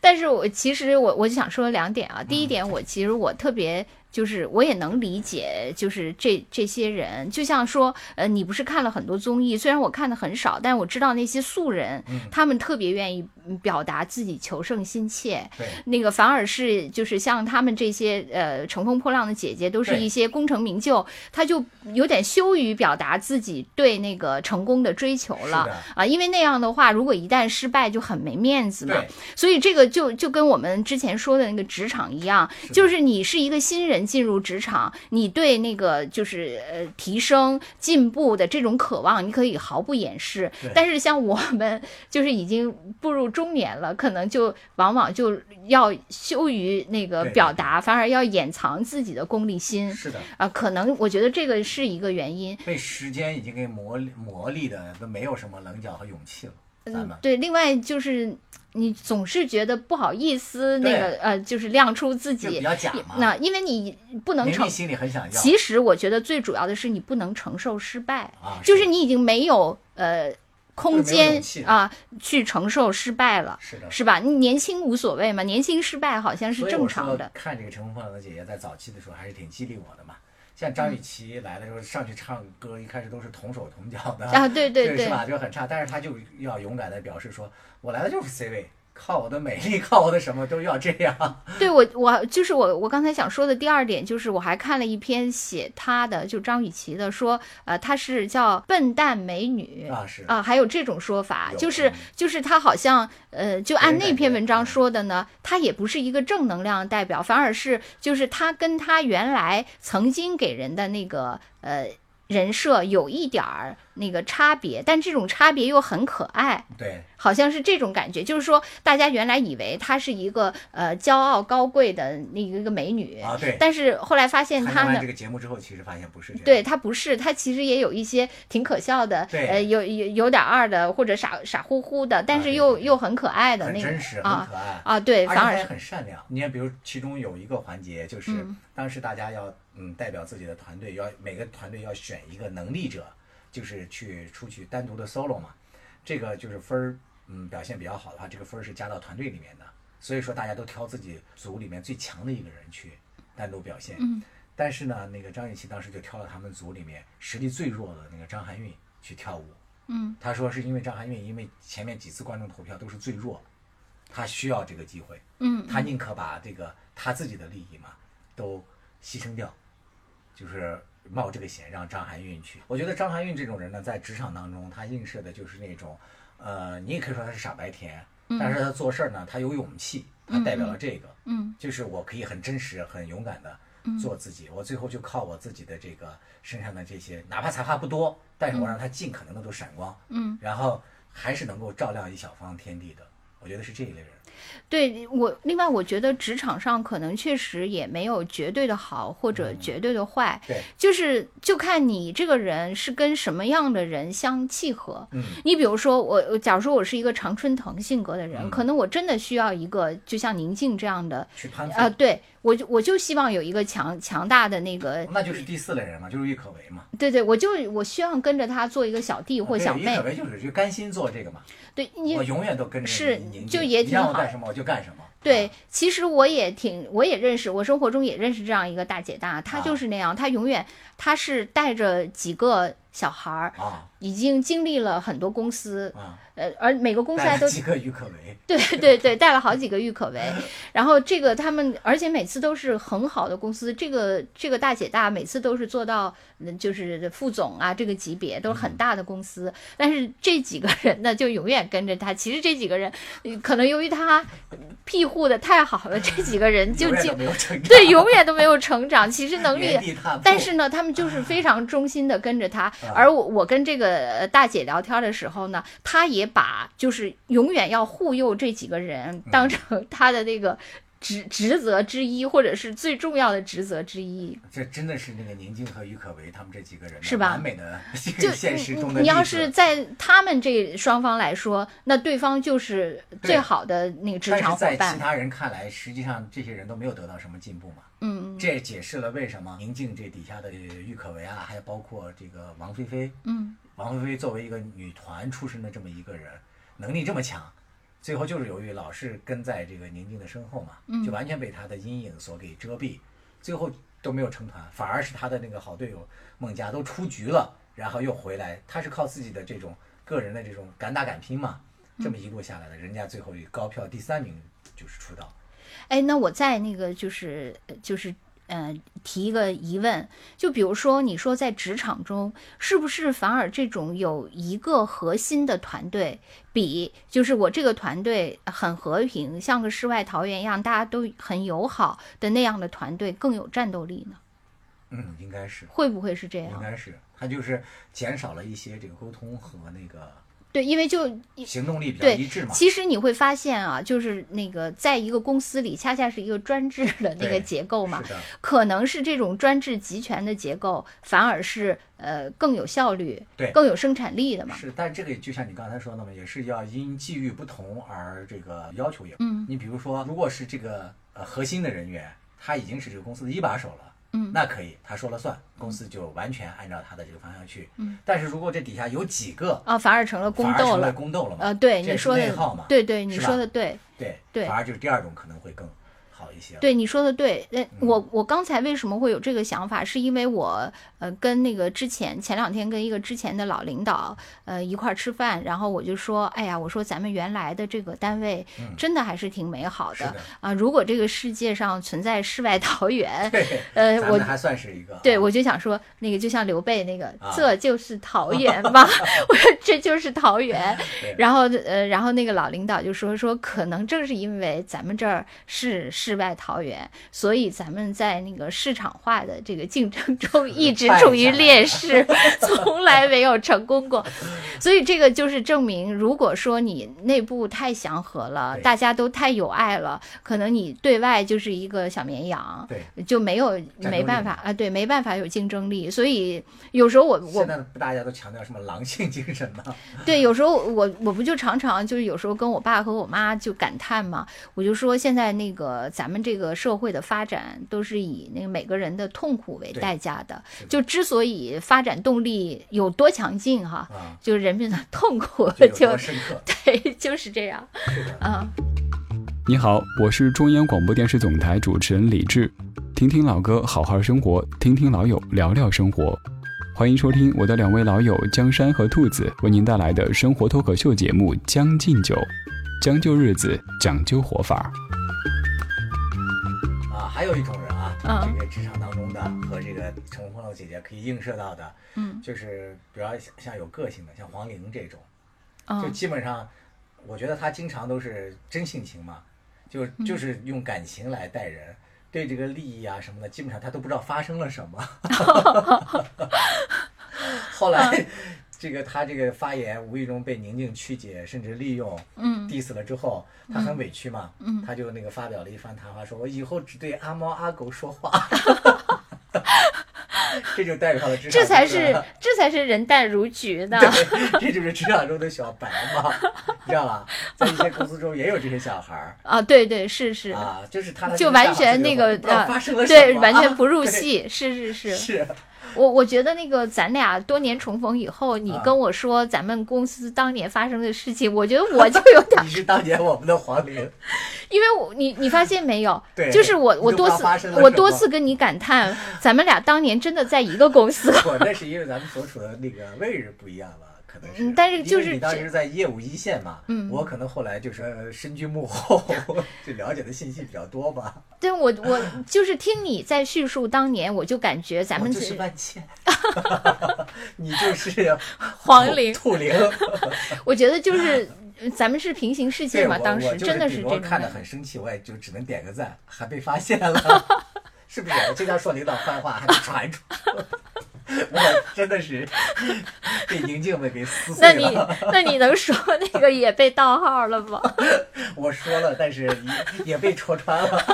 [SPEAKER 2] 但是我其实我我就想说两点啊。
[SPEAKER 1] 嗯
[SPEAKER 2] 第一点，我其实我特别就是我也能理解，就是这这些人，就像说，呃，你不是看了很多综艺，虽然我看的很少，但我知道那些素人，
[SPEAKER 1] 嗯
[SPEAKER 2] 他们特别愿意嗯表达自己求胜心切。
[SPEAKER 1] 对，
[SPEAKER 2] 那个反而是就是像他们这些呃乘风破浪的姐姐，都是
[SPEAKER 1] 对
[SPEAKER 2] 一些功成名就，她就有点羞于表达自己对那个成功的追求
[SPEAKER 1] 是
[SPEAKER 2] 了
[SPEAKER 1] 的
[SPEAKER 2] 啊，因为那样的话，如果一旦失败就很没面子嘛
[SPEAKER 1] 对。
[SPEAKER 2] 所以这个就就跟我们之前说的那个职场一样，就是你是一个新人进入职场，你对那个就是呃提升进步的这种渴望，你可以毫不掩饰
[SPEAKER 1] 对。
[SPEAKER 2] 但是像我们就是已经步入中年了，可能就往往就要羞于那个
[SPEAKER 1] 对
[SPEAKER 2] 表达，反而要掩藏自己的功利心
[SPEAKER 1] 是的。
[SPEAKER 2] 啊、可能我觉得这个是一个原因。
[SPEAKER 1] 被时间已经给磨磨砺的，都没有什么棱角和勇气了。
[SPEAKER 2] 嗯
[SPEAKER 1] 咱们
[SPEAKER 2] 对，另外就是你总是觉得不好意思，那
[SPEAKER 1] 对
[SPEAKER 2] 个呃，就是亮出自
[SPEAKER 1] 就
[SPEAKER 2] 己
[SPEAKER 1] 比较假嘛，
[SPEAKER 2] 那因为你不能
[SPEAKER 1] 明
[SPEAKER 2] 承
[SPEAKER 1] 明，心里很想要，
[SPEAKER 2] 其实我觉得最主要的是你不能承受失败，
[SPEAKER 1] 啊
[SPEAKER 2] 就是是你已经没有呃空
[SPEAKER 1] 就是没有
[SPEAKER 2] 间
[SPEAKER 1] 勇气了
[SPEAKER 2] 啊、去承受失败了，
[SPEAKER 1] 是的，
[SPEAKER 2] 是吧？你年轻无所谓嘛，年轻失败好像是
[SPEAKER 1] 嗯所以
[SPEAKER 2] 正
[SPEAKER 1] 我说
[SPEAKER 2] 常的。
[SPEAKER 1] 看这个《乘风破浪的姐姐》在早期的时候还是挺激励我的嘛。像张
[SPEAKER 2] 嗯
[SPEAKER 1] 雨绮来了之后上去唱歌，一开始都是同手同脚的
[SPEAKER 2] 啊，对对
[SPEAKER 1] 是
[SPEAKER 2] 对
[SPEAKER 1] 吧？就很差，但是她就要勇敢的表示说，我来的就是 C 位，靠我的美丽，靠我的什么都要这样。
[SPEAKER 2] 对我，我就是我，我刚才想说的第二点就是，我还看了一篇写她的，就张雨绮的，说，呃，她是叫笨蛋美女
[SPEAKER 1] 啊是
[SPEAKER 2] 啊、还有这种说法，
[SPEAKER 1] 有
[SPEAKER 2] 就是
[SPEAKER 1] 嗯
[SPEAKER 2] 就是她好像，呃，就
[SPEAKER 1] 人
[SPEAKER 2] 按
[SPEAKER 1] 感
[SPEAKER 2] 那
[SPEAKER 1] 觉
[SPEAKER 2] 篇文章
[SPEAKER 1] 嗯
[SPEAKER 2] 说的呢，她也不是一个正能量的代表，反而是就是她跟她原来曾经给人的那个呃人设有一点儿那个差别，但这种差别又很可爱，
[SPEAKER 1] 对，
[SPEAKER 2] 好像是这种感觉，就是说大家原来以为她是一个呃骄傲高贵的那一个美女，
[SPEAKER 1] 啊对。
[SPEAKER 2] 但是后来发现
[SPEAKER 1] 参加
[SPEAKER 2] 她
[SPEAKER 1] 完
[SPEAKER 2] 呢
[SPEAKER 1] 这。个节目之后，其实发现不是这样。
[SPEAKER 2] 对她不是，她其实也有一些挺可笑的，
[SPEAKER 1] 对
[SPEAKER 2] 呃，有有有点二的，或者傻傻乎乎的，但是
[SPEAKER 1] 啊对
[SPEAKER 2] 又、
[SPEAKER 1] 对对
[SPEAKER 2] 又很可爱的
[SPEAKER 1] 很
[SPEAKER 2] 那
[SPEAKER 1] 真
[SPEAKER 2] 种
[SPEAKER 1] 实，很
[SPEAKER 2] 啊
[SPEAKER 1] 可爱。
[SPEAKER 2] 啊，对，
[SPEAKER 1] 而
[SPEAKER 2] 反
[SPEAKER 1] 且他
[SPEAKER 2] 而
[SPEAKER 1] 也
[SPEAKER 2] 是
[SPEAKER 1] 很善良。你看，比如其中有一个环节，就是
[SPEAKER 2] 嗯
[SPEAKER 1] 当时大家要嗯代表自己的团队，要每个团队要选一个能力者，就是去出去单独的 solo 嘛。这个就是分儿，嗯，表现比较好的话，这个分儿是加到团队里面的。所以说大家都挑自己组里面最强的一个人去单独表现。
[SPEAKER 2] 嗯。
[SPEAKER 1] 但是呢，那个张雨绮当时就挑了他们组里面实力最弱的那个张含韵去跳舞。
[SPEAKER 2] 嗯，
[SPEAKER 1] 她说是因为张含韵因为前面几次观众投票都是最弱，她需要这个机会。
[SPEAKER 2] 嗯
[SPEAKER 1] 他宁可把这个他自己的利益嘛都牺牲掉，就是冒这个险让张含韵去。我觉得张含韵这种人呢，在职场当中，他映射的就是那种，呃，你也可以说他是傻白甜，但是他做事儿呢，他有勇气，他代表了这个，
[SPEAKER 2] 嗯
[SPEAKER 1] 就是我可以很真实、很勇敢的做自己，我最后就靠我自己的这个身上的这些，哪怕才华不多，但是我让他尽可能的都闪光，
[SPEAKER 2] 嗯，
[SPEAKER 1] 然后还是能够照亮一小方天地的。我觉得是这一类人，
[SPEAKER 2] 对我，另外我觉得职场上可能确实也没有绝对的好或者
[SPEAKER 1] 嗯
[SPEAKER 2] 绝对的坏，
[SPEAKER 1] 对，
[SPEAKER 2] 就是就看你这个人是跟什么样的人相契合。
[SPEAKER 1] 嗯。
[SPEAKER 2] 你比如说我，我假如说我是一个常春藤性格的人，
[SPEAKER 1] 嗯
[SPEAKER 2] 可能我真的需要一个就像宁静这样的，
[SPEAKER 1] 去攀附
[SPEAKER 2] 啊，对我就我就希望有一个强强大的那个，
[SPEAKER 1] 那就是第四类人嘛，就是郁可唯嘛。
[SPEAKER 2] 对对，我就我希望跟着他做一个小弟或
[SPEAKER 1] 啊对
[SPEAKER 2] 小
[SPEAKER 1] 郁
[SPEAKER 2] 妹
[SPEAKER 1] 可，唯就是就甘心做这个嘛，
[SPEAKER 2] 对你
[SPEAKER 1] 我永远都跟着
[SPEAKER 2] 是
[SPEAKER 1] 你宁
[SPEAKER 2] 就
[SPEAKER 1] 静
[SPEAKER 2] 也
[SPEAKER 1] 你
[SPEAKER 2] 挺
[SPEAKER 1] 让我
[SPEAKER 2] 好
[SPEAKER 1] 干什么我就干什么。
[SPEAKER 2] 对，其实我也挺，我也认识，我生活中也认识这样一个大姐大，她
[SPEAKER 1] 啊
[SPEAKER 2] 就是那样，她永远，她是带着几个小孩儿，
[SPEAKER 1] 啊
[SPEAKER 2] 已经经历了很多公司，
[SPEAKER 1] 啊，
[SPEAKER 2] 呃，而每个 公司还
[SPEAKER 1] 带
[SPEAKER 2] 都
[SPEAKER 1] 了几个郁可唯，
[SPEAKER 2] 对对对，带了好几个郁可唯，然后这个他们，而且每次都是很好的公司，这个这个大姐大每次都是做到，嗯就是副总啊这个级别都
[SPEAKER 1] 嗯
[SPEAKER 2] 是很大的公司，但是这几个人呢就永远跟着他。其实这几个人，呃可能由于他庇护的太好了，这几个人 就
[SPEAKER 1] 永远
[SPEAKER 2] 进
[SPEAKER 1] 都没有 成长，
[SPEAKER 2] 对 永远都没有成长，其实能力
[SPEAKER 1] 原。地踏步。
[SPEAKER 2] 但是呢，他们就是非常忠心的跟着他
[SPEAKER 1] 啊。
[SPEAKER 2] 而我我跟这个呃大姐聊天的时候呢，她也把就是永远要护佑这几个人当成她的那个职 职责之一，或者是最重要的职责之一。
[SPEAKER 1] 这真的是那个宁静和郁可唯他们这几个人的
[SPEAKER 2] 是吧
[SPEAKER 1] 完美的这
[SPEAKER 2] 就
[SPEAKER 1] 个现实中
[SPEAKER 2] 你
[SPEAKER 1] 的
[SPEAKER 2] 你你要
[SPEAKER 1] 例子
[SPEAKER 2] 是在他们这双方来说，那对方就是最好的那个职
[SPEAKER 1] 但
[SPEAKER 2] 场
[SPEAKER 1] 是
[SPEAKER 2] 伙
[SPEAKER 1] 在
[SPEAKER 2] 伴
[SPEAKER 1] 其。他人看来，实际上这些人都没有得到什么进步嘛。
[SPEAKER 2] 嗯
[SPEAKER 1] 这也解释了为什么宁静这底下的郁可唯啊，还有包括这个王菲菲，
[SPEAKER 2] 嗯，
[SPEAKER 1] 王菲菲作为一个女团出身的这么一个人，能力这么强，最后就是由于老是跟在这个宁静的身后嘛，就完全被她的阴影所给遮蔽，最后都没有成团，反而是她的那个好队友孟佳都出局了，然后又回来，她是靠自己的这种个人的这种敢打敢拼嘛，这么一路下来的，人家最后以高票第三名就是出道，
[SPEAKER 2] 哎，那我再那个就是呃就是呃提一个疑问，就比如说你说在职场中，是不是反而这种有一个核心的团队，比就是我这个团队很和平，像个世外桃源一样，大家都很友好的那样的团队更有战斗力呢？
[SPEAKER 1] 嗯，应该是。
[SPEAKER 2] 会不会是这
[SPEAKER 1] 应
[SPEAKER 2] 样？
[SPEAKER 1] 该是，他就是减少了一些这个沟通和那个
[SPEAKER 2] 对，因为就
[SPEAKER 1] 行动力比较
[SPEAKER 2] 对
[SPEAKER 1] 一致嘛。
[SPEAKER 2] 其实你会发现啊，就是那个在一个公司里，恰恰是一个专制的那个
[SPEAKER 1] 对
[SPEAKER 2] 结构嘛。
[SPEAKER 1] 是的，
[SPEAKER 2] 可能是这种专制集权的结构，反而是呃更有效率，
[SPEAKER 1] 对
[SPEAKER 2] 更有生产力的嘛。
[SPEAKER 1] 是，但这个就像你刚才说的嘛，也是要因际遇不同而这个要求也不。
[SPEAKER 2] 嗯
[SPEAKER 1] 你比如说，如果是这个呃核心的人员，他已经是这个公司的一把手了。
[SPEAKER 2] 嗯
[SPEAKER 1] 那可以，他说了算，公司就完全按照他的这个方向去。
[SPEAKER 2] 嗯，
[SPEAKER 1] 但是如果这底下有几个，
[SPEAKER 2] 啊，反而成了
[SPEAKER 1] 反
[SPEAKER 2] 宫
[SPEAKER 1] 而
[SPEAKER 2] 斗
[SPEAKER 1] 成了
[SPEAKER 2] 了。
[SPEAKER 1] 宫斗了嘛？
[SPEAKER 2] 呃，对
[SPEAKER 1] 这
[SPEAKER 2] 你
[SPEAKER 1] 是
[SPEAKER 2] 说
[SPEAKER 1] 内
[SPEAKER 2] 的
[SPEAKER 1] 耗嘛，
[SPEAKER 2] 对对，你
[SPEAKER 1] 是吧
[SPEAKER 2] 说的对，
[SPEAKER 1] 对
[SPEAKER 2] 对
[SPEAKER 1] 反而就是第二种可能会更好嗯好一些。，
[SPEAKER 2] 对你说的对，呃，我我刚才为什么会有这个想法，是因为我呃跟那个之前前两天跟一个之前的老领导呃一块儿吃饭，然后我就说，哎呀，我说咱们原来的这个单位真的还是挺美好
[SPEAKER 1] 嗯是
[SPEAKER 2] 的
[SPEAKER 1] 的，
[SPEAKER 2] 啊、如果这个世界上存在世外桃源，
[SPEAKER 1] 对，
[SPEAKER 2] 呃，
[SPEAKER 1] 咱
[SPEAKER 2] 我
[SPEAKER 1] 们还算是一个。
[SPEAKER 2] 对，我就想说，那个就像刘备那个，
[SPEAKER 1] 啊
[SPEAKER 2] 这就 是桃源吧？我说这就是桃源
[SPEAKER 1] 对。
[SPEAKER 2] 然后呃，然后那个老领导就说说，可能正是因为咱们这儿是世外桃源，所以咱们在那个市场化的这个竞 争中一直处于劣势， 从来没有成 功过。所以这个就是证明，如果说你内部太祥和了，
[SPEAKER 1] 对
[SPEAKER 2] 大家都太友爱了，可能你对外就是一个小绵羊。
[SPEAKER 1] 对，
[SPEAKER 2] 就没有
[SPEAKER 1] 战
[SPEAKER 2] 没
[SPEAKER 1] 斗
[SPEAKER 2] 办
[SPEAKER 1] 力
[SPEAKER 2] 法啊，对，没办法有竞争力，所以有时候我
[SPEAKER 1] 现
[SPEAKER 2] 我
[SPEAKER 1] 在不大家都强调什么狼性精神吗？
[SPEAKER 2] 对有时候我我不就常常就是有时候跟我爸和我妈就感叹嘛，我就说现在那个咱们这个社会的发展都是以那个每个人的痛苦为
[SPEAKER 1] 对
[SPEAKER 2] 代价的
[SPEAKER 1] 是，的
[SPEAKER 2] 就之所以发展动力有多强劲哈，
[SPEAKER 1] 啊，
[SPEAKER 2] 就是人民的痛苦
[SPEAKER 1] 就有
[SPEAKER 2] 就
[SPEAKER 1] 多深刻。
[SPEAKER 2] 对 就是这样，嗯。
[SPEAKER 4] 你好，我是中央广播电视总台主持人李志，听听老歌，好好生活，听听老友，聊聊生活。欢迎收听我的两位老友江山和兔子为您带来的生活脱口秀节目《将进酒》，将就日子，讲究活法。
[SPEAKER 1] 啊，还有一种人啊，
[SPEAKER 2] 嗯
[SPEAKER 1] 这个职场当中的和这个乘风破浪姐姐可以映射到的，
[SPEAKER 2] 嗯，
[SPEAKER 1] 就是比较像像有个性的，像黄龄这种，就
[SPEAKER 2] 嗯，
[SPEAKER 1] 基本上，我觉得她经常都是真性情嘛，就
[SPEAKER 2] 嗯
[SPEAKER 1] 就是用感情来待人，对这个利益啊什么的，基本上她都不知道发生了什 么。后
[SPEAKER 2] 嗯
[SPEAKER 1] 来， 这个她这个发言无意中被宁静曲解，甚至利用，
[SPEAKER 2] 嗯
[SPEAKER 1] ，diss 了之后，她很委屈嘛，嗯，她就那个发表了一番谈话，说我以后只对阿猫阿狗说 话。 这就代表了职场，
[SPEAKER 2] 这才是这才是人淡如菊 呢。
[SPEAKER 1] 对，这就是职场中的小白嘛，你知道吧？在一些公司中也有这些小孩儿
[SPEAKER 2] 啊，对对，是 是，
[SPEAKER 1] 啊，就是他的
[SPEAKER 2] 就
[SPEAKER 1] 这个
[SPEAKER 2] 完
[SPEAKER 1] 想法
[SPEAKER 2] 全
[SPEAKER 1] 是
[SPEAKER 2] 那
[SPEAKER 1] 有
[SPEAKER 2] 个
[SPEAKER 1] 不知道
[SPEAKER 2] 呃
[SPEAKER 1] 发生了什
[SPEAKER 2] 对，
[SPEAKER 1] 么
[SPEAKER 2] 完
[SPEAKER 1] 啊
[SPEAKER 2] 全不入
[SPEAKER 1] 对
[SPEAKER 2] 戏，是是是。
[SPEAKER 1] 是，
[SPEAKER 2] 我我觉得那个咱俩多年重逢以后，你
[SPEAKER 1] 啊
[SPEAKER 2] 跟我说咱们公司当年发生的事情，我觉得我就有点 儿
[SPEAKER 1] 你，是当年我们的黄龄，
[SPEAKER 2] 因为我你你发现没有，
[SPEAKER 1] 对
[SPEAKER 2] 就是我
[SPEAKER 1] 你
[SPEAKER 2] 我
[SPEAKER 1] 都不知
[SPEAKER 2] 多
[SPEAKER 1] 道
[SPEAKER 2] 次
[SPEAKER 1] 发生了
[SPEAKER 2] 我
[SPEAKER 1] 什
[SPEAKER 2] 多
[SPEAKER 1] 么
[SPEAKER 2] 次跟你感叹，咱们俩当年真的在一个公司。
[SPEAKER 1] 我那是因为咱们所处的那个位置不一样了。可能是
[SPEAKER 2] 嗯，但是
[SPEAKER 1] 因为
[SPEAKER 2] 就是
[SPEAKER 1] 你当
[SPEAKER 2] 这
[SPEAKER 1] 时在业务一线嘛，
[SPEAKER 2] 嗯
[SPEAKER 1] 我可能后来就是呃身居幕后， 就了解的信息比较多吧。
[SPEAKER 2] 对我我就是听你在叙述当年，我就感觉咱
[SPEAKER 1] 我
[SPEAKER 2] 们
[SPEAKER 1] 就是万茜， 你就是
[SPEAKER 2] 黄龄，
[SPEAKER 1] 兔龄，
[SPEAKER 2] 我觉得 就是呃咱们是平行世界
[SPEAKER 1] 对，
[SPEAKER 2] 嘛，
[SPEAKER 1] 我
[SPEAKER 2] 当
[SPEAKER 1] 我
[SPEAKER 2] 时
[SPEAKER 1] 就
[SPEAKER 2] 真的
[SPEAKER 1] 顶
[SPEAKER 2] 是这
[SPEAKER 1] 多
[SPEAKER 2] 种
[SPEAKER 1] 看
[SPEAKER 2] 感
[SPEAKER 1] 得
[SPEAKER 2] 觉。
[SPEAKER 1] 很生气，我也就只能点个赞，还被发现了， 是不是？我经常说领导坏话还被传出， 我真的是被宁静们给撕
[SPEAKER 2] 那
[SPEAKER 1] 碎
[SPEAKER 2] 你
[SPEAKER 1] 了。
[SPEAKER 2] 那你能说那个也被盗号了吗？
[SPEAKER 1] 我说了，但是也也被戳穿了。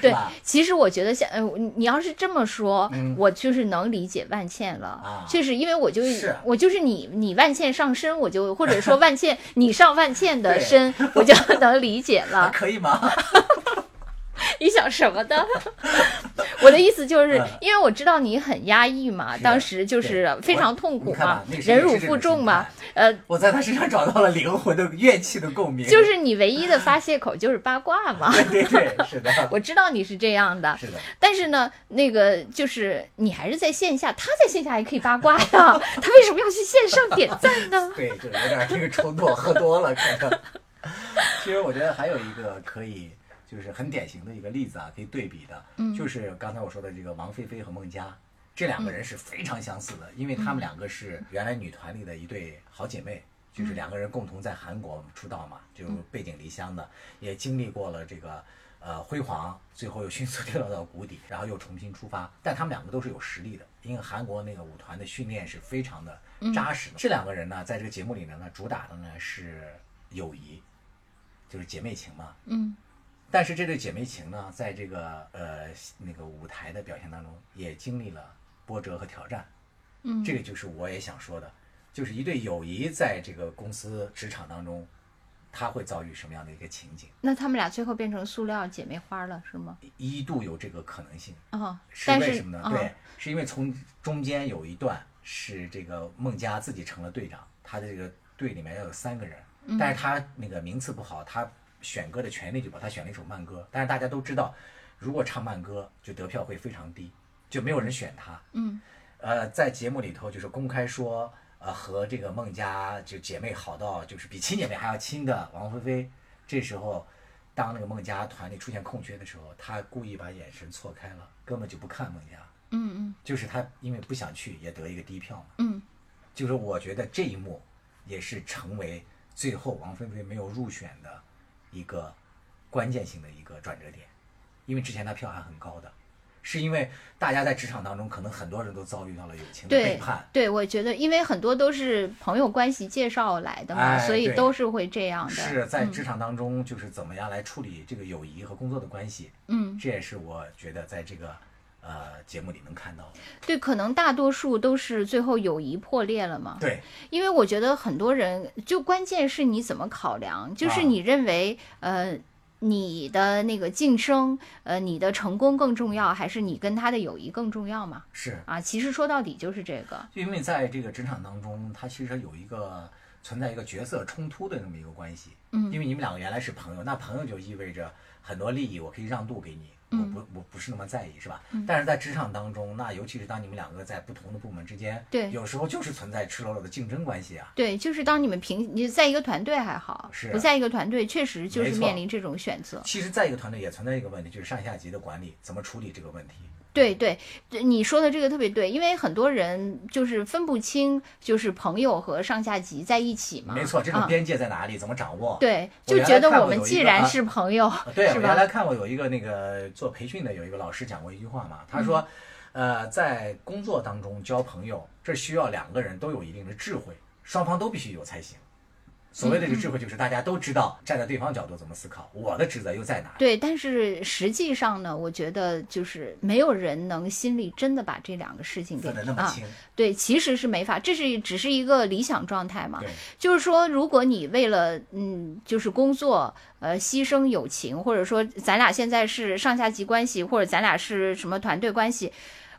[SPEAKER 2] 对
[SPEAKER 1] 是吧，
[SPEAKER 2] 其实我觉得像呃，你你要是这么说，
[SPEAKER 1] 嗯
[SPEAKER 2] 我就是能理解万茜了。
[SPEAKER 1] 啊
[SPEAKER 2] 确实，因为我就是我就是你你万茜上身，我就或者说万茜你上万茜的
[SPEAKER 1] 对
[SPEAKER 2] 身，我就能理解 了。
[SPEAKER 1] 可以吗？
[SPEAKER 2] 你想什么呢？ 我的意思就是
[SPEAKER 1] 嗯，
[SPEAKER 2] 因为我知道你很压抑嘛，
[SPEAKER 1] 是
[SPEAKER 2] 当时就
[SPEAKER 1] 对
[SPEAKER 2] 是非常痛
[SPEAKER 1] 你
[SPEAKER 2] 苦
[SPEAKER 1] 看
[SPEAKER 2] 嘛
[SPEAKER 1] 吧，那是
[SPEAKER 2] 忍
[SPEAKER 1] 也是
[SPEAKER 2] 辱
[SPEAKER 1] 这
[SPEAKER 2] 负
[SPEAKER 1] 种
[SPEAKER 2] 重
[SPEAKER 1] 心
[SPEAKER 2] 嘛
[SPEAKER 1] 态，
[SPEAKER 2] 呃，
[SPEAKER 1] 我在他身上找到了灵魂的怨气的共鸣。
[SPEAKER 2] 就是你唯一的发泄口就是八卦嘛。
[SPEAKER 1] 对对对，是的，
[SPEAKER 2] 我知道你是这样的，
[SPEAKER 1] 是的，
[SPEAKER 2] 但是呢，那个就是你还是在线下，他在线下也可以八卦呀， 他为什么要去线上点赞呢？
[SPEAKER 1] 对，就是有点这个冲动，喝多了可能。其实我觉得还有一个可以，就是很典型的一个例子啊，可以对比的，就是刚才我说的这个王菲菲和孟佳，这两个人是非常相似的，因为她们两个是原来女团里的一对好姐妹。就是两个人共同在韩国出道嘛，就背井离乡的，也经历过了这个呃辉煌，最后又迅速掉落到谷底， 然后又重新出发。但他们两个都是有实力的，因为韩国那个舞团的训练是非常的
[SPEAKER 2] 嗯
[SPEAKER 1] 扎实的。这两个人呢，在这个节目里面呢，主打的呢是友谊，就是姐妹情嘛。
[SPEAKER 2] 嗯。
[SPEAKER 1] 但是这对姐妹情呢，在这个呃那个舞台的表现当中，也经历了波折和挑战。
[SPEAKER 2] 嗯
[SPEAKER 1] 这个就是我也想说的，就是一对友谊在这个公司职场当中，他会遭遇什么样的一个情景？
[SPEAKER 2] 那他们俩最后变成塑料姐妹花了，是吗？
[SPEAKER 1] 一度有这个可能性，
[SPEAKER 2] 啊、
[SPEAKER 1] 是
[SPEAKER 2] 但
[SPEAKER 1] 为
[SPEAKER 2] 是
[SPEAKER 1] 什么呢？
[SPEAKER 2] 啊、
[SPEAKER 1] 对，是因为从中间有一段是这个孟佳自己成了队长，他的这个队里面要有三个人，但是他那个名次不好，他选歌的权利，就把他选了一首慢歌。但是大家都知道，如果唱慢歌，就得票会非常低，就没有人选他。
[SPEAKER 2] 嗯，
[SPEAKER 1] 呃，在节目里头就是公开说，呃，和这个孟佳就姐妹好到就是比亲姐妹还要亲的王菲菲，这时候当那个孟佳团里出现空缺的时候，她故意把眼神错开了，根本就不看孟佳，
[SPEAKER 2] 嗯
[SPEAKER 1] 就是她因为不想去也得一个低票嘛。
[SPEAKER 2] 嗯
[SPEAKER 1] 就是我觉得这一幕也是成为最后王菲菲没有入选的一个关键性的一个转折点，因为之前她票还很高的，是因为大家在职场当中可能很多人都遭遇到了友情的背
[SPEAKER 2] 对
[SPEAKER 1] 叛，
[SPEAKER 2] 对，我觉得因为很多都是朋友关系介绍来的嘛，
[SPEAKER 1] 哎
[SPEAKER 2] 所以
[SPEAKER 1] 对
[SPEAKER 2] 都是会这样的。嗯
[SPEAKER 1] 是在职场当中就是怎么样来处理这个友谊和工作的关系，
[SPEAKER 2] 嗯，
[SPEAKER 1] 这也是我觉得在这个呃节目里能看到的。
[SPEAKER 2] 对，可能大多数都是最后友谊破裂了嘛。
[SPEAKER 1] 对，
[SPEAKER 2] 因为我觉得很多人，就关键是你怎么考量，就是
[SPEAKER 1] 啊
[SPEAKER 2] 你认为，呃，你的那个晋升，呃，你的成功更重要，还是你跟他的友谊更重要嘛？
[SPEAKER 1] 是
[SPEAKER 2] 啊，其实说到底就是这个，
[SPEAKER 1] 因为在这个职场当中，它其实有一个存在一个角色冲突的这么一个关系。嗯，因为你们两个原来是朋友，那朋友就意味着很多利益我可以让渡给你，
[SPEAKER 2] 嗯
[SPEAKER 1] 我不我不是那么在意，是吧？但是在职场当中，那尤其是当你们两个在不同的部门之间，
[SPEAKER 2] 对
[SPEAKER 1] 有时候就是存在赤裸裸的竞争关系啊。
[SPEAKER 2] 对，就是当你们平，你在一个团队还好，
[SPEAKER 1] 是
[SPEAKER 2] 不在一个团队，确实就
[SPEAKER 1] 没
[SPEAKER 2] 是
[SPEAKER 1] 错
[SPEAKER 2] 面临这种选择。
[SPEAKER 1] 其实，在一个团队也存在一个问题，就是上下级的管理怎么处理这个问题。
[SPEAKER 2] 对对，对你说的这个特别对，因为很多人就是分不清，就是朋友和上下级在一起嘛。
[SPEAKER 1] 没错，这种
[SPEAKER 2] 啊
[SPEAKER 1] 边界在哪里，怎么掌握？
[SPEAKER 2] 对，
[SPEAKER 1] 我
[SPEAKER 2] 就
[SPEAKER 1] 原
[SPEAKER 2] 觉
[SPEAKER 1] 来
[SPEAKER 2] 得
[SPEAKER 1] 看
[SPEAKER 2] 我
[SPEAKER 1] 过
[SPEAKER 2] 们
[SPEAKER 1] 有一
[SPEAKER 2] 既
[SPEAKER 1] 个
[SPEAKER 2] 然
[SPEAKER 1] 啊
[SPEAKER 2] 是朋友，
[SPEAKER 1] 对，
[SPEAKER 2] 是
[SPEAKER 1] 我原
[SPEAKER 2] 吧？
[SPEAKER 1] 来看过有一个那个做培训的有一个老师讲过一句话
[SPEAKER 2] 嗯
[SPEAKER 1] 嘛，他说，呃，在工作当中交朋友，这需要两个人都有一定的智慧，双方都必须有才行。所谓的这个智慧，就是大家都知道站在对方角度怎么思考，我的职责又在哪里。
[SPEAKER 2] 对，但是实际上呢，我觉得就是没有人能心里真的把这两个事情给
[SPEAKER 1] 分得那么
[SPEAKER 2] 啊
[SPEAKER 1] 清，
[SPEAKER 2] 对，其实是没法，这是只是一个理想状态嘛
[SPEAKER 1] 对。
[SPEAKER 2] 就是说，如果你为了嗯，就是工作，呃，牺牲友情，或者说咱俩现在是上下级关系，或者咱俩是什么团队关系。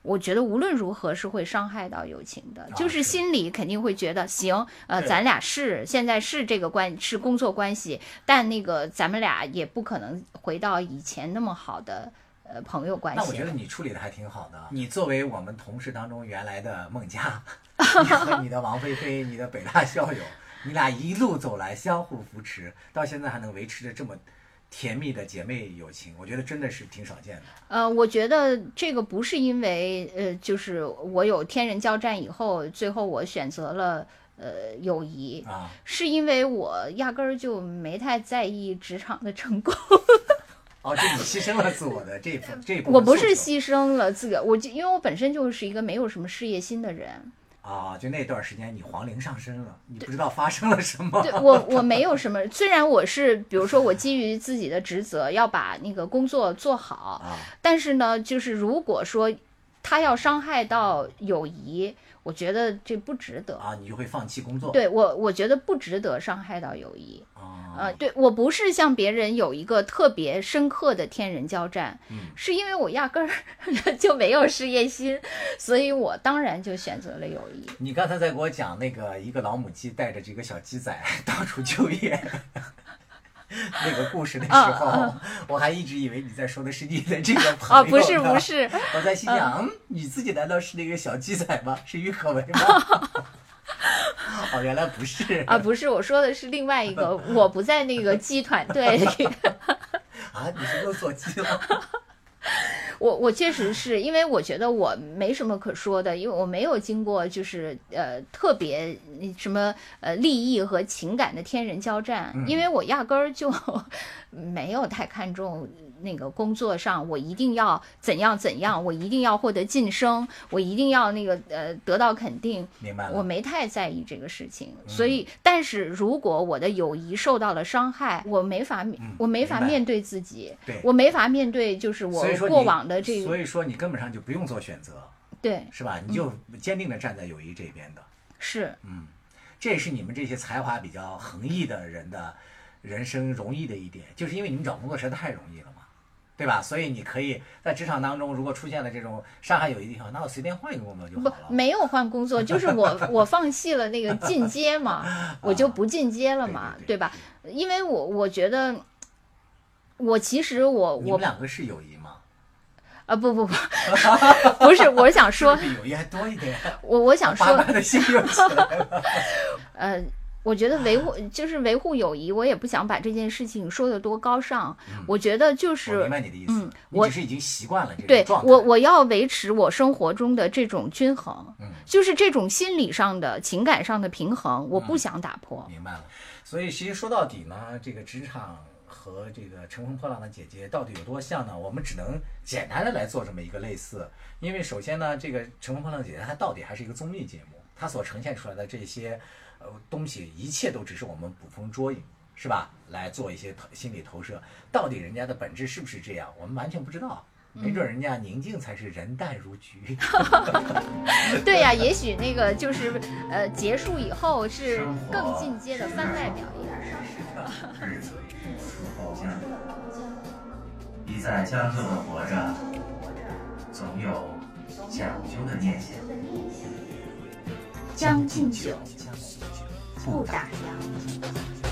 [SPEAKER 2] 我觉得无论如何是会伤害到友情的，就是
[SPEAKER 1] 啊是
[SPEAKER 2] 心里肯定会觉得行，呃，
[SPEAKER 1] 对
[SPEAKER 2] 咱俩是现在是这个关是工作关系，但那个咱们俩也不可能回到以前那么好的呃朋友关系
[SPEAKER 1] 那
[SPEAKER 2] 了。
[SPEAKER 1] 我觉得你处理的还挺好的。你作为我们同事当中原来的孟 佳，你和你的王菲菲、你的北大校友，你俩一路走来相互扶持，到现在还能维持着这么甜蜜的姐妹友情，我觉得真的是挺少见的。
[SPEAKER 2] 呃，我觉得这个不是因为呃，就是我有天人交战以后，最后我选择了呃友谊，
[SPEAKER 1] 啊，
[SPEAKER 2] 是因为我压根儿就没太在意职场的成功，
[SPEAKER 1] 哦，就你牺牲了自我的这一部这一部分诉求，
[SPEAKER 2] 我不是牺牲了自个，我就因为我本身就是一个没有什么事业心 的人，
[SPEAKER 1] 啊，就那段时间你皇龄上身了，你不知道发生了什么
[SPEAKER 2] 对我我没有什么，虽然我是比如说我基于自己的职责要把那个工作做好，
[SPEAKER 1] 啊，
[SPEAKER 2] 但是呢，就是如果说他要伤害到友谊，我觉得这不值得。
[SPEAKER 1] 啊，你就会放弃工作，
[SPEAKER 2] 对我，我觉得不值得伤害到友谊。
[SPEAKER 1] 啊
[SPEAKER 2] 呃，，对我不是像别人有一个特别深刻的天人交战，
[SPEAKER 1] 嗯
[SPEAKER 2] 是因为我压根儿 就没有事业心，所以我当然就选择了友谊。
[SPEAKER 1] 你刚才在给我讲那个一个老母鸡带着几个小鸡仔 到处就业那个故事的
[SPEAKER 2] 啊
[SPEAKER 1] 时候，我还一直以为你在说的是你的这个朋
[SPEAKER 2] 啊，
[SPEAKER 1] 友，
[SPEAKER 2] 不是不，是，
[SPEAKER 1] 我在心想，嗯，你自己难道是那个小鸡仔吗？是郁可唯吗？ 哦，原来不是
[SPEAKER 2] 啊，不是，我说的是另外一个，我不在那个鸡团队里。
[SPEAKER 1] 啊，你是又做鸡了。
[SPEAKER 2] 我我确实是因为我觉得我没什么可说的，因为我没有经过就是呃特别嗯什么呃利益和情感的天人交战，因为我压根儿就没有太看重那个工作上我一定要怎样怎样，我一定要获得晋升，我一定要那个呃得到肯定，
[SPEAKER 1] 明白了，
[SPEAKER 2] 我没太在意这个事情，所以，
[SPEAKER 1] 嗯
[SPEAKER 2] 但是如果我的友谊受到了伤害，我没法面，
[SPEAKER 1] 嗯
[SPEAKER 2] 我没法
[SPEAKER 1] 明白
[SPEAKER 2] 面对自己
[SPEAKER 1] 对，
[SPEAKER 2] 我没法面对就是我
[SPEAKER 1] 所以说你
[SPEAKER 2] 过往的这
[SPEAKER 1] 所
[SPEAKER 2] 个，
[SPEAKER 1] 以说你根本上就不用做选择，
[SPEAKER 2] 对，
[SPEAKER 1] 是吧？你就坚定的站在友谊这边的，
[SPEAKER 2] 是，
[SPEAKER 1] 这也是你们这些才华比较横溢的人的人生容易的一点，就是因为你们找工作实在太容易了嘛，对吧？所以你可以在职场当中，如果出现了这种伤害友谊的地方，那我随便换一个工作就
[SPEAKER 2] 不
[SPEAKER 1] 嗯好了。
[SPEAKER 2] 没有换工作，就是 我我放弃了那个进阶嘛，我就不进阶了嘛，
[SPEAKER 1] 啊对对对
[SPEAKER 2] 对吧？因为我我觉得。我其实我
[SPEAKER 1] 你
[SPEAKER 2] 我
[SPEAKER 1] 们两个是友谊吗？
[SPEAKER 2] 啊不不不， 不是，我 想说，
[SPEAKER 1] 是不是比友谊还多一点，
[SPEAKER 2] 我我想
[SPEAKER 1] 把
[SPEAKER 2] 说，
[SPEAKER 1] 爸的心又 起来了。
[SPEAKER 2] 呃，我觉得维护就是维护友谊，我也不想把这件事情说得多高尚，我觉得就
[SPEAKER 1] 嗯我
[SPEAKER 2] 是
[SPEAKER 1] 明白你的意思，
[SPEAKER 2] 嗯
[SPEAKER 1] 你
[SPEAKER 2] 我
[SPEAKER 1] 只是已经习惯了这
[SPEAKER 2] 对
[SPEAKER 1] 种状态。
[SPEAKER 2] 我，我要维持我生活中的这种均衡，
[SPEAKER 1] 嗯
[SPEAKER 2] 就是这种心理上的、情感上的平衡，我
[SPEAKER 1] 嗯
[SPEAKER 2] 不想打破。
[SPEAKER 1] 明白了。所以其实说到底呢，这个职场和这个《乘风破浪的姐姐》到底有多像呢？我们只能简单的来做这么一个类似，因为首先呢，这个《乘风破浪的姐姐》它到底还是一个综艺节目，它所呈现出来的这些呃东西，一切都只是我们捕风捉影。是吧？来做一些投心理投射，到底人家的本质是不是这样，我们完全不知道。没准人家宁静才是人淡如菊。
[SPEAKER 2] 对呀、也许那个就是呃，结束以后是
[SPEAKER 1] 生活
[SPEAKER 2] 更进阶的番外表演。
[SPEAKER 5] 日子不出后家，你在将就的活着，总有讲究的念想。
[SPEAKER 2] 将进酒，
[SPEAKER 1] 不
[SPEAKER 2] 不打烊。